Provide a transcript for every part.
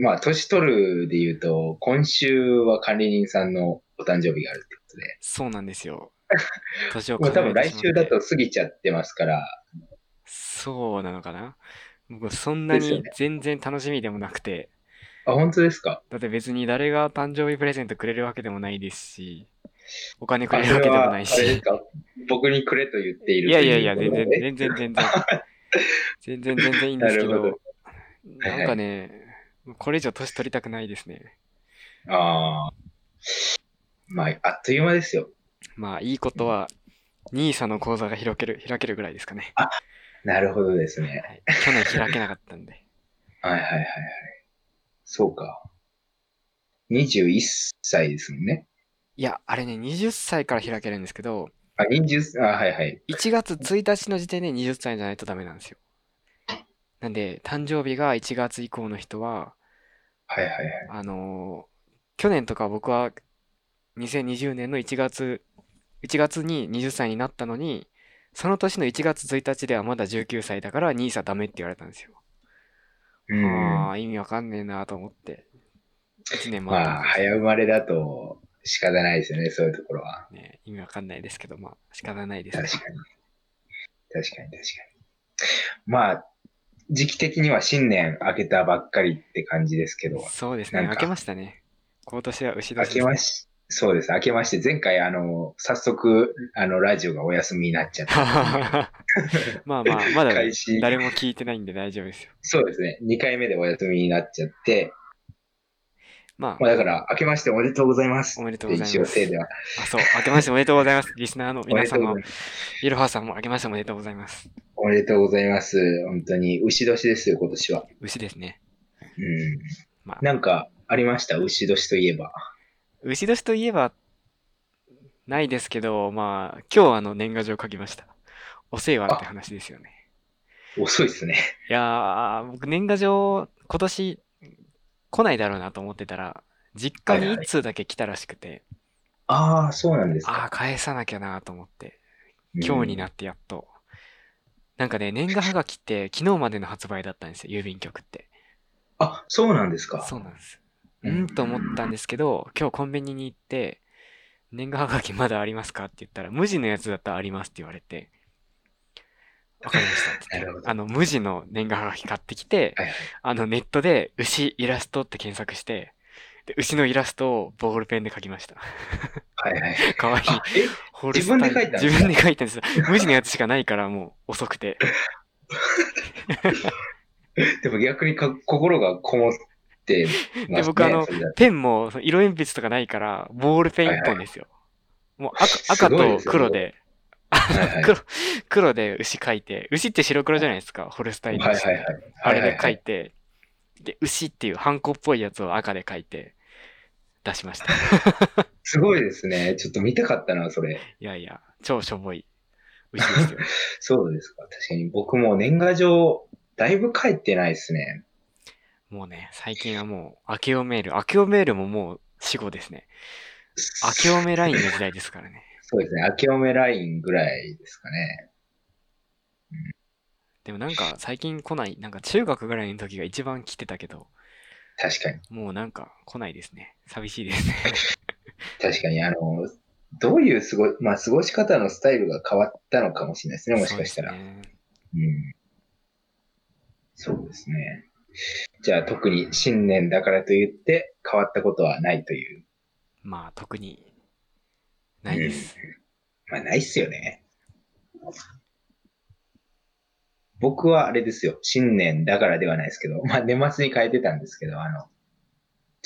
まあ、年取るで言うと、今週は管理人さんのお誕生日があるってことで、そうなんで すよ。年をもう多重ね分て来しまって週だと過ぎちゃってますから、そうなのかな僕そんなですよにね全然楽しみでもなくて、あ、本当ですかだって別に誰が誕生日プレゼントくれるわけでもないですし、お金くれるわけでもないあそれはあれです。しか僕にくれと言っているいやいやいや、とう全こと 然で、全然、全然。全然、全然いいんですけなるほはど、いなんかね、これ以上年取りたくないですね。ああ。まあ、あっという間ですよ。まあ、いいことは、ニーサの口座が開ける、開けるぐらいですかね。なるほどですね。はい、去年開けなかったんで。はいはいはいはい。そうか。21歳ですもんね。いや、あれね、20歳から開けるんですけど、あ、20、あ、はいはい。 1月1日の時点で20歳じゃないとダメなんですよ。なんで、誕生日が1月以降の人は、はいはいはい。あのー去年とか僕は2020年の1月、1月に20歳になったのに、その年の1月1日ではまだ19歳だから兄さんダメって言われたんですよ。うん。ああ、意味わかんねえなと思って。1年待ったまんあ、です早生まれだと仕方ないですよね、そういうところは。ね。意味わかんないですけど、まあ、仕方ないで確かに。す。確かに確かに。まあ、時期的には新年明けたばっかりって感じですけど、そうですね。なん明かけましたね。今年は牛年明ですねけまし、そうです、明けまして、前回、あの、早速、あの、ラジオがお休みになっちゃ った。まあまあ、まだ開始誰も聞いてないんで大丈夫ですよ。そうですね、2回目でお休みになっちゃって、ままあ、だから、明けましておめでとうございます。おめでとうございます一応、せいでは。あ、あ、そう、明けましておめでとうござい ます。リスナーのおめ皆でとうご様ざい、ます。いろはさんも明けましておめでとうございます。おめでとうございます。本当に、牛年ですよ、今年は。牛ですね。うん。まあ、なんか、ありました牛年といえば。牛年といえば、ないですけど、まあ、今日あの年賀状書きました。お世話って話ですよね。遅いですね。いやー、僕年賀状、今年来ないだろうなと思ってたら、実家にはいは1通だけ来たらしくて、ああ、そうなんですあか。あ、返さなきゃなと思って。今日になっってやっと。なんかね、年賀はがきって昨日までの発売だったんですよ、郵便局って。あ、そうなんですか。そうなんです。ううんんと思ったんですけど、今日コンビニに行って、年賀はがきまだありますかって言ったら、無地のやつだったらありますって言われて、わかりましたって言なるっほて、どあの、無地の年賀はがき買ってきて、はいはいあの、ネットで牛イラストって検索して、で牛のイラストをボールペンで描きました。はい はい。かわいい。あ、え、ホルスタイ自分ンで書いたんですか自分で書いたんですよ。無地のやつしかないから、もう遅くて。でも逆にか心がこもってますね。で僕あのそれだとペンもその色鉛筆とかないから、ボールペン1本ですよ。もう赤す赤ごいでとすよ黒で、はいはい黒黒で牛描いて、牛って白黒じゃないですか、ホルスタインのはい牛ってはいはい。あれでは描いいて、で、牛っていうハンコっぽいやつを赤で描いて、出し ました。すごいですね。ちょっと見たかったな、それ。いやいや、超しょぼい牛です よ。そうですか。確かに僕も年賀状、だいぶ書いてないですね。もうね、最近はもう、明けおメール、明けおメールももう死後ですね。明けおめラインの時代ですからね。そうですね。明けおめラインぐらいですかね。でもなんか最近来ない、なんか中学ぐらいの時が一番来てたけど、確かに。もうなんか来ないですね。寂しいですね。確かに、あの、どういう過ご、まあ、過ごし方のスタイルが変わったのかもしれないですね、もしかしたら。そうですねうんそうですね。じゃあ特に新年だからといって変わったことはないという。まあ特にないです。まあないっすよね。僕はあれですよ。新年だからではないですけど、まあ年末に変えてたんですけど、あの、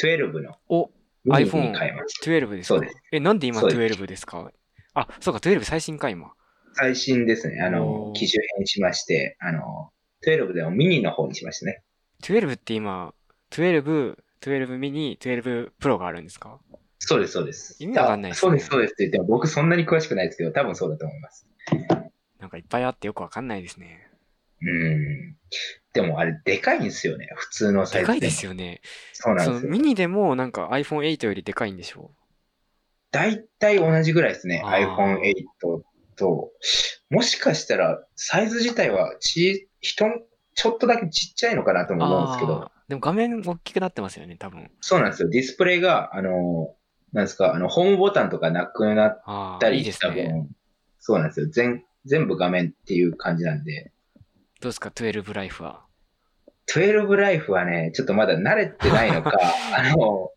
12のお、 12 iPhone に変えました。 12ですかそうですえ、なんで今そうで12ですかあ、そうか、12最新か、今。最新ですね。あのお、ー機種変しまして、あの、12でもミニの方にしましたね。 12って今、12、12ミニ、12プロがあるんですかそうです、そうです。意味わかんなで、いですすねそうです、そうですって言っても僕そんなに詳しくないですけど、多分そうだと思います。なんかいっぱいあってよくわかんないですね。うん。でもあれ、でかいんですよね。普通のサイでズかいですよ。よね。そうなそんでのすよ。ミニでもなんか iPhone8 よりでかいんでしょ大体同じぐらいですね。あー iPhone8 と。もしかしたら、サイズ自体はち、人、ちょっとだけちっちゃいのかなとも思うんですけど、あでも画面大きくなってますよね、多分。そうなんですよ。ディスプレイが、あの、なんですか、あの、ホームボタンとかなくなっああ、たいいりでしすた分、ね。そうなんですよ。全、全部画面っていう感じなんで、どうですか、12ライフは。 12ライフはね、ちょっとまだ慣れてないの か、あの、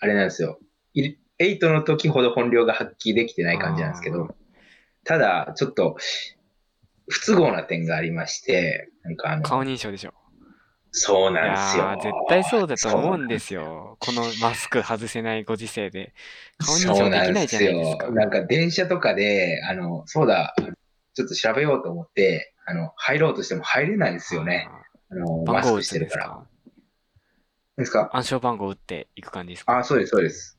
あれなんですよ。い8の時ほど本領が発揮できてない感じなんですけあど、ただ、ちょっと、不都合な点がありまして、なんかあの、顔認証でしょ。そういなんですやよー。絶対そうだと思うんで すよ。このマスク外せないご時世で。顔認そ証うでなきんないでじゃすないですよか。。なんか電車とかで、あの、そうだ、ちょっと調べようと思って、あの、入ろうとしても入れないんですよね。あの、あー。マ番ス号打クしつてんるですから。かですか暗証番号打っていく感じですかあ、そうです、そうです。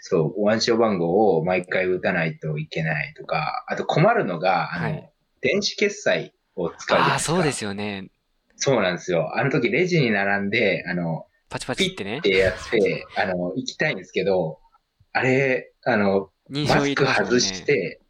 そう、お暗証番号を毎回打たないといけないとか、あと困るのが、あの、はい電子決済を使うじゃないああー、ですか。そうですよね。そうなんですよ。あの時レジに並んで、あの、パチパチピってねッ。てやって、あの、行きたいんですけど、あれ、あの、認マ証ス入クれますもんね外して、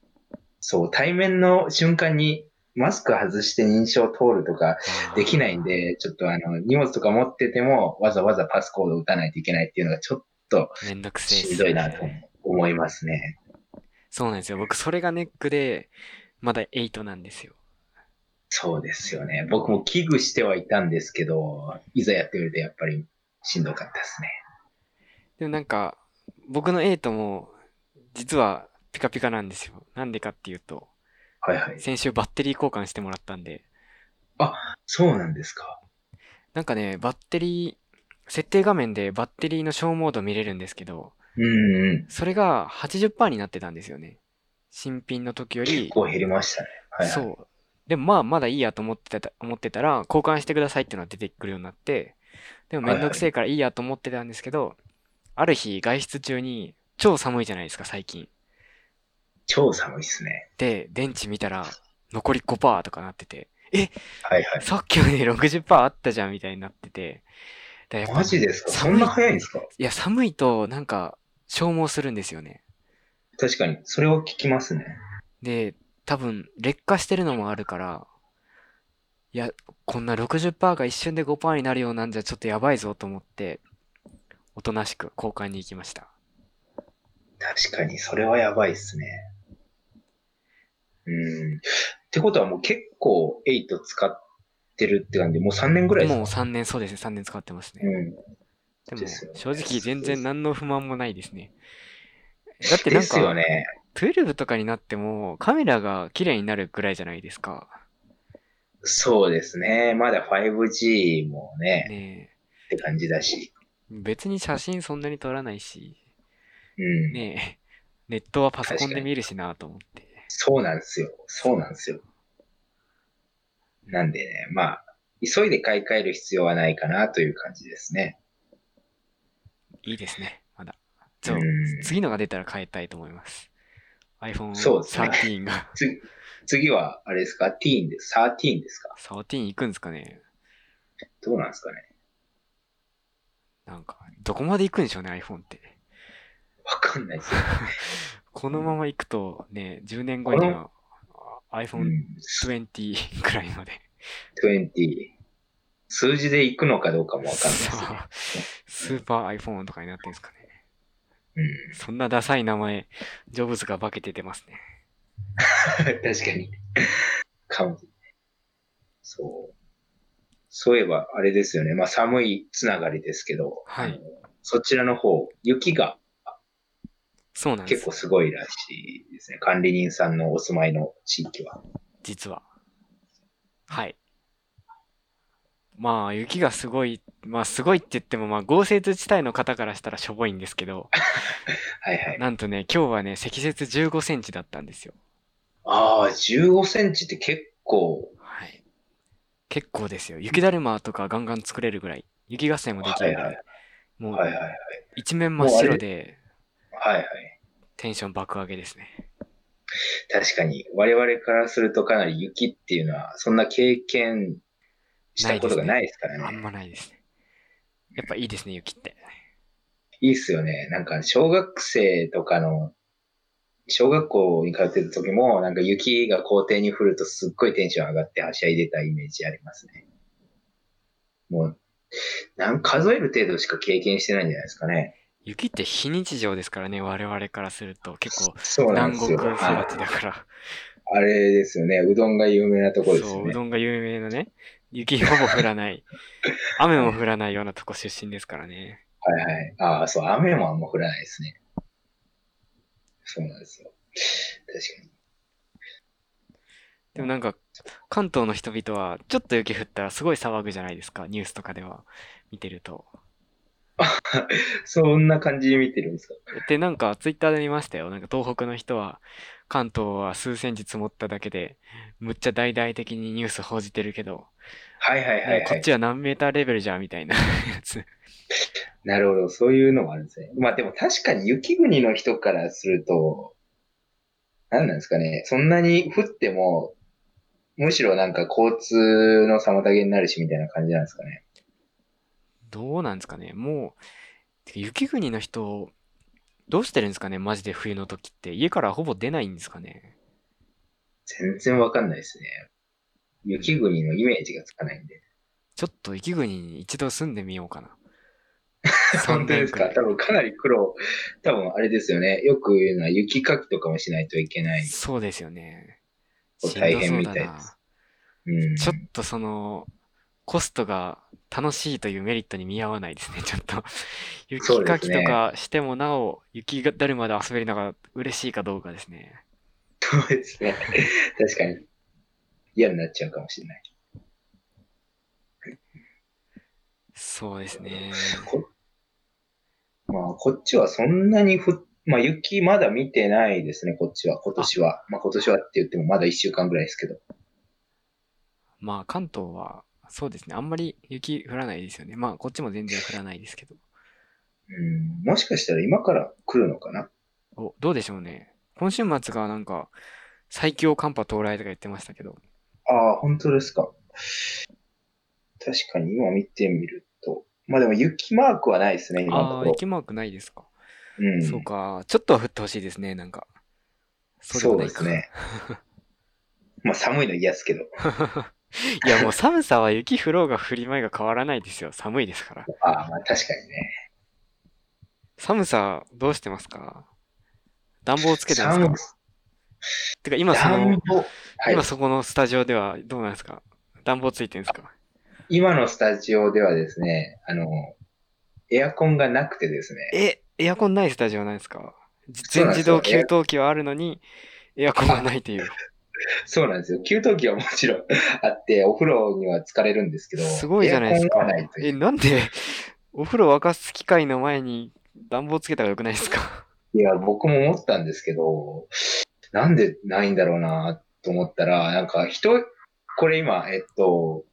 そう、対面の瞬間にマスク外して認証通るとかできないん。で、ちょっとあの、荷物とか持ってても、わざわざパスコード打たないといけないっていうのがちょっとあーめんどくせえっしんすどよいなとね。思いますね。そうなんですよ。僕、それがネックで、まだ8なんですよ。そうですよね。僕も危惧してはいたんですけど、いざやってみるとやっぱりしんどかったですね。でもなんか、僕の8も、実はピカピカなんですよ。なんでかっていうと、はいはい。先週バッテリー交換してもらったんで、そうなんですか。なんかね、バッテリー、設定画面でバッテリーの消耗度見れるんですけど、うんうん。それが80%になってたんですよね。新品の時より、こう減りましたね。はい、はい。そう。でもまあまだいいやと思ってた思ってたら交換してくださいっていうのが出てくるようになってでもめんどくせえからいいやと思ってたんですけど、ある日外出中に超寒いじゃないですか最近超寒いですね。で電池見たら残り5%とかなっててはいはい。さっきまで60%あったじゃんみたいになっててだからやっぱマジですかそ寒いんな早いんですかいや寒いとなんか消耗するんですよね確かに、それを聞きますね。で多分劣化してるのもあるからいやこんな60%が一瞬で5%になるようなんじゃちょっとやばいぞと思っておとなしく交換に行きました確かに、それはやばいっすね。うん。ってことはもう結構8使ってるって感じで、もう3年ぐらいですもうか3年そうですね3年使ってますうね、ん。でもですよね正直全然何の不満もないですねだってなでんすよか、ね。 12とかになってもカメラが綺麗になるぐらいじゃないですかそうですね。まだ 5G もね、ねって感じだし。え別に写真そんなに撮らないしうん。ねえ ネットはパソコンで見るしなと思ってそうなんですよ。そうなんですよ。なんでね、まあ、急いで買い替える必要はないかなという感じですね。いいですね、まだ。そううん、次のが出たら変えたいと思います。iPhone そうですね13が、 次、次は、あれですか ?teen です。13ですか13いくんですかねどうなんですかねなんか、どこまで行くんでしょうね、iPhone って。わかんないですよ。このまま行くとね、10年後にはあう iPhone20 ん、 くらいまで。 20。数字で行くのかどうかもわかんないですそね。うスーパー iPhone とかになってるんですかね。うん、そんなダサい名前、ジョブズが化けて出ますね。 確かに。かも。そう。そういえば、あれですよね。まあ、寒いつながりですけど、はいあのそちらの方、雪がそうなんで結す構。すごいらしいですね。管理人さんのお住まいの地域は。実は。はい。まあ、雪がすごい、まあ、すごいって言っても、まあ、豪雪地帯の方からしたらしょぼいんですけど、はいはい。なんとね、今日はね、積雪15センチだったんですよ。ああ、15センチって結構、はい。結構ですよ。雪だるまとかガンガン作れるぐらい、雪合戦もできるぐらい、はいもはいうはい。一面真っ白で、はいはい。テンション爆上げですね。確かに、我々からするとかなり雪っていうのは、そんな経験したことがないですからね。あんまないですね。やっぱいいですね、雪って。いいっすよね。なんか、小学生とかの、小学校に通ってた時も、なんか雪が校庭に降るとすっごいテンション上がってはしゃいでたイメージありますね。もう、なん数える程度しか経験してないんじゃないですかね。雪って非日常ですからね、我々からすると。結構、そうなん南です国よ。育はいちだから。あれですよね。うどんが有名なところですそよう、うね。どんが有名なね、雪ほぼ降 らない、雨も降らないようなとこ出身ですからね。はいはい。ああ、そう、雨もあんま降らないですね。そうなんですよ。確かに。でもなんか、関東の人々は、ちょっと雪降ったらすごい騒ぐじゃないですか、ニュースとかでは見てると。そんな感じで見てるんですかで、なんか、ツイッターで見ましたよ。なんか、東北の人は、関東は数センチ積もっただけで、むっちゃ大々的にニュース報じてるけど、はいはいはいはこっい。ちは何メーターレベルじゃんみたいなやつ。なるほど、そういうのもあるんですね。まあでも確かに雪国の人からすると、何なんですかね。そんなに降っても、むしろなんか交通の妨げになるしみたいな感じなんですかね。どうなんですかね。もう、てか雪国の人、どうしてるんですかね、マジで冬の時って。家からほぼ出ないんですかね。全然わかんないですね。雪国のイメージがつかないんで。ちょっと雪国に一度住んでみようかな。 本当ですか3年く多らい分かなり苦労。多分あれですよね。よく言うのは雪かきとかもしないといけない。そうですよね。こうしんどそう大変みたいだでなすうん。ちょっとその、コストが楽しいというメリットに見合わないですね、ちょっと。そう雪でかすきねとかしてもなお、雪がだるまで遊べるのが嬉しいかどうかですね。そうですね。確かに。嫌になっちゃうかもしれない。そうですね。こまあ、こっちはそんなにふ、まあ、雪まだ見てないですね、こっちは。今年は。まあ、今年はって言ってもまだ1週間ぐらいですけど。まあ、関東は、そうですね。あんまり雪降らないですよね。まあ、こっちも全然降らないですけど。うん。もしかしたら今から来るのかなお、どうでしょうね。今週末がなんか、最強寒波到来とか言ってましたけど、ああ、本当ですか。確かに今見てみると。まあでも雪マークはないですね、今のとあこあ、ろ。雪マークないですか。うん。そうか。ちょっとは降ってほしいですね、なんか。そうもなでいすか。ね。まあ寒いの嫌ですけど。いやもう寒さは雪降ろうが降りまいが変わらないですよ。寒いですから。ああ、まあ確かにね。寒さどうしてますか暖房つけてます寒かさてか今そ暖の、房。はい今。そこのスタジオではどうなんですか暖房ついてるんですか今のスタジオではですね、あの、エアコンがなくてですね。え、エアコンないスタジオなんですかじそう全なんで自すよ動給湯器はあるのに、エアコンがないという。そうなんですよ。給湯器はもちろん あって、お風呂には疲れるんですけど、すごいじゃないですエアコンかがないと。いえ、うなんで、 お風呂沸かす機械の前に暖房つけた方がよくないですか いや、僕も思ったんですけど、なんでないんだろうなと思ったら、なんか人、これ今、えっと、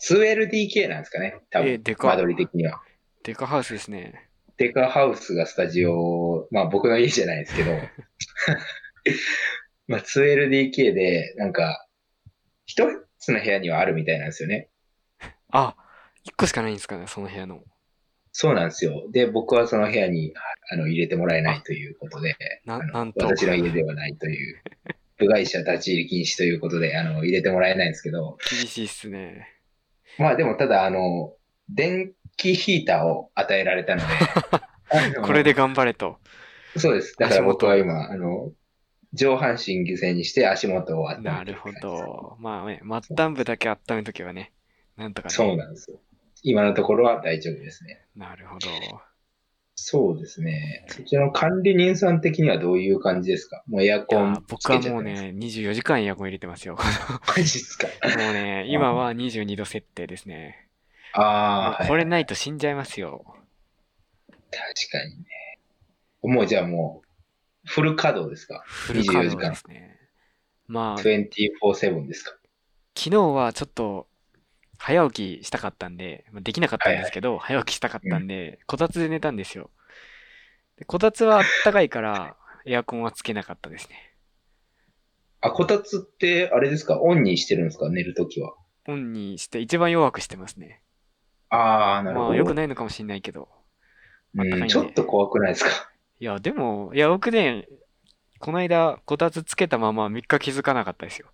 2LDK なんですかね。多え、分、デカ間、取り的には。デカハウスですね。デカハウスがスタジオ、まあ僕の家じゃないですけ ど、まあ 2LDK で、なんか、一つの部屋にはあるみたいなんですよね。あ、1個しかないんですかね、その部屋の。そうなんですよ。で、僕はその部屋にあの入れてもらえないということで、なあのなんと私の家ではないと いう、部外者立ち入り禁止ということで、あの入れてもらえないんですけど、厳しいっすね。まあでもただ、あの、電気ヒーターを与えられた のであの、これで頑張れと。そうです。だから足元僕は今、あの、上半身犠牲にして足元を温めてなるるほ感じですど。まあね、末端部だけ温めとけばね、なんとかそうね。なんですよ。今のところは大丈夫ですね。なるほど。そうですね。そちらの管理人さん的にはどういう感じですかもうエアいコやン、つ僕けはちゃもっうてます。ね、24時間エアコン入れてますよ。 マジっすか。もうね、今は22度設定ですね。ああ、もうはい。こ確れないと死んじゃいますよ。かにね。もうじゃあもう、フル稼働ですかフル稼24時働間ですね。まあ、昨 ?24-7 ですか日はちょっと、早起きしたかったんで、まあ、できなかったんですけど、早起きしたかったんで、こたつで寝たんですよ。でこたつはあったかいから、エアコンはつけなかったですね。あ、こたつって、あれですかオンにしてるんですか寝るときは。オンにして一番弱くしてますね。ああ、なるほまど。あ良くないのかもしれないけど。あったかいんうでん、ちょっと怖くないですか いや、でも、いや、僕ね、この間、こたつつけたまま3日気づかなかったですよ。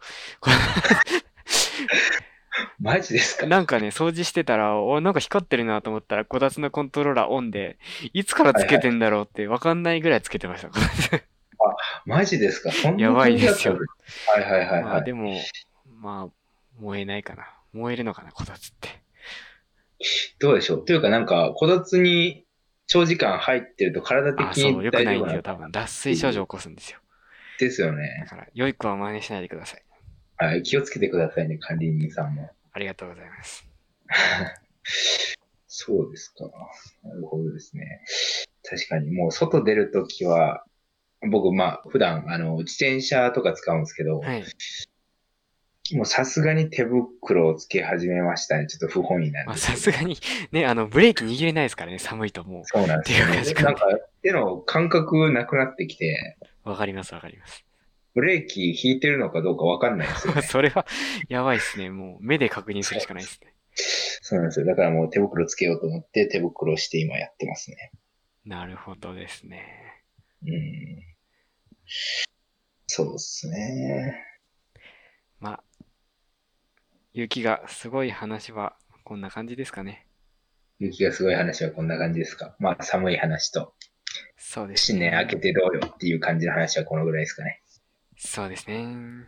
マジですかなんかね、掃除してたら、おなんか光ってるなと思ったら、こたつのコントローラーオンで、いつからつけてんだろうって分かんないぐらいつけてました。マジですかそんなやばいですよ感じだったんだはいはいはい、 まはあい。でも、まあ、燃えないかな。燃えるのかな、こたつって。どうでしょうというかなんか、こたつに長時間入ってると体的あ、そう、によく大ない丈ん夫ですなよ、ん多分。脱水症状を起こすんですよ。ですよだね。から、良い子は真似しないでください。はい、気をつけてくださいね、管理人さんも。ありがとうございます。そうですか。なるほどですね。確かに、もう外出るときは、僕、まあ、普段、あの、自転車とか使うんですけど、はい。もうさすがに手袋をつけ始めましたね。ちょっと不本意なんまあ、ですさすがに、ね、あの、ブレーキ握れないですからね、寒いともそうなんですよ、ねっていう。かなんか、手の感覚なくなってきて、う。わかります、わかります。。ブレーキ引いてるのかどうかわかんないですよ、ね それは、やばいっすね。もう、目で確認するしかないですね。そうなんですよ。だからもう手袋つけようと思って手袋をして今やってますね。なるほどですね。うん。そうですね。まあ、雪がすごい話はこんな感じですかね。雪がすごい話はこんな感じですか。まあ寒い話と、そうです新ね。年明けてどうよっていう感じの話はこのぐらいですかね。そうですね。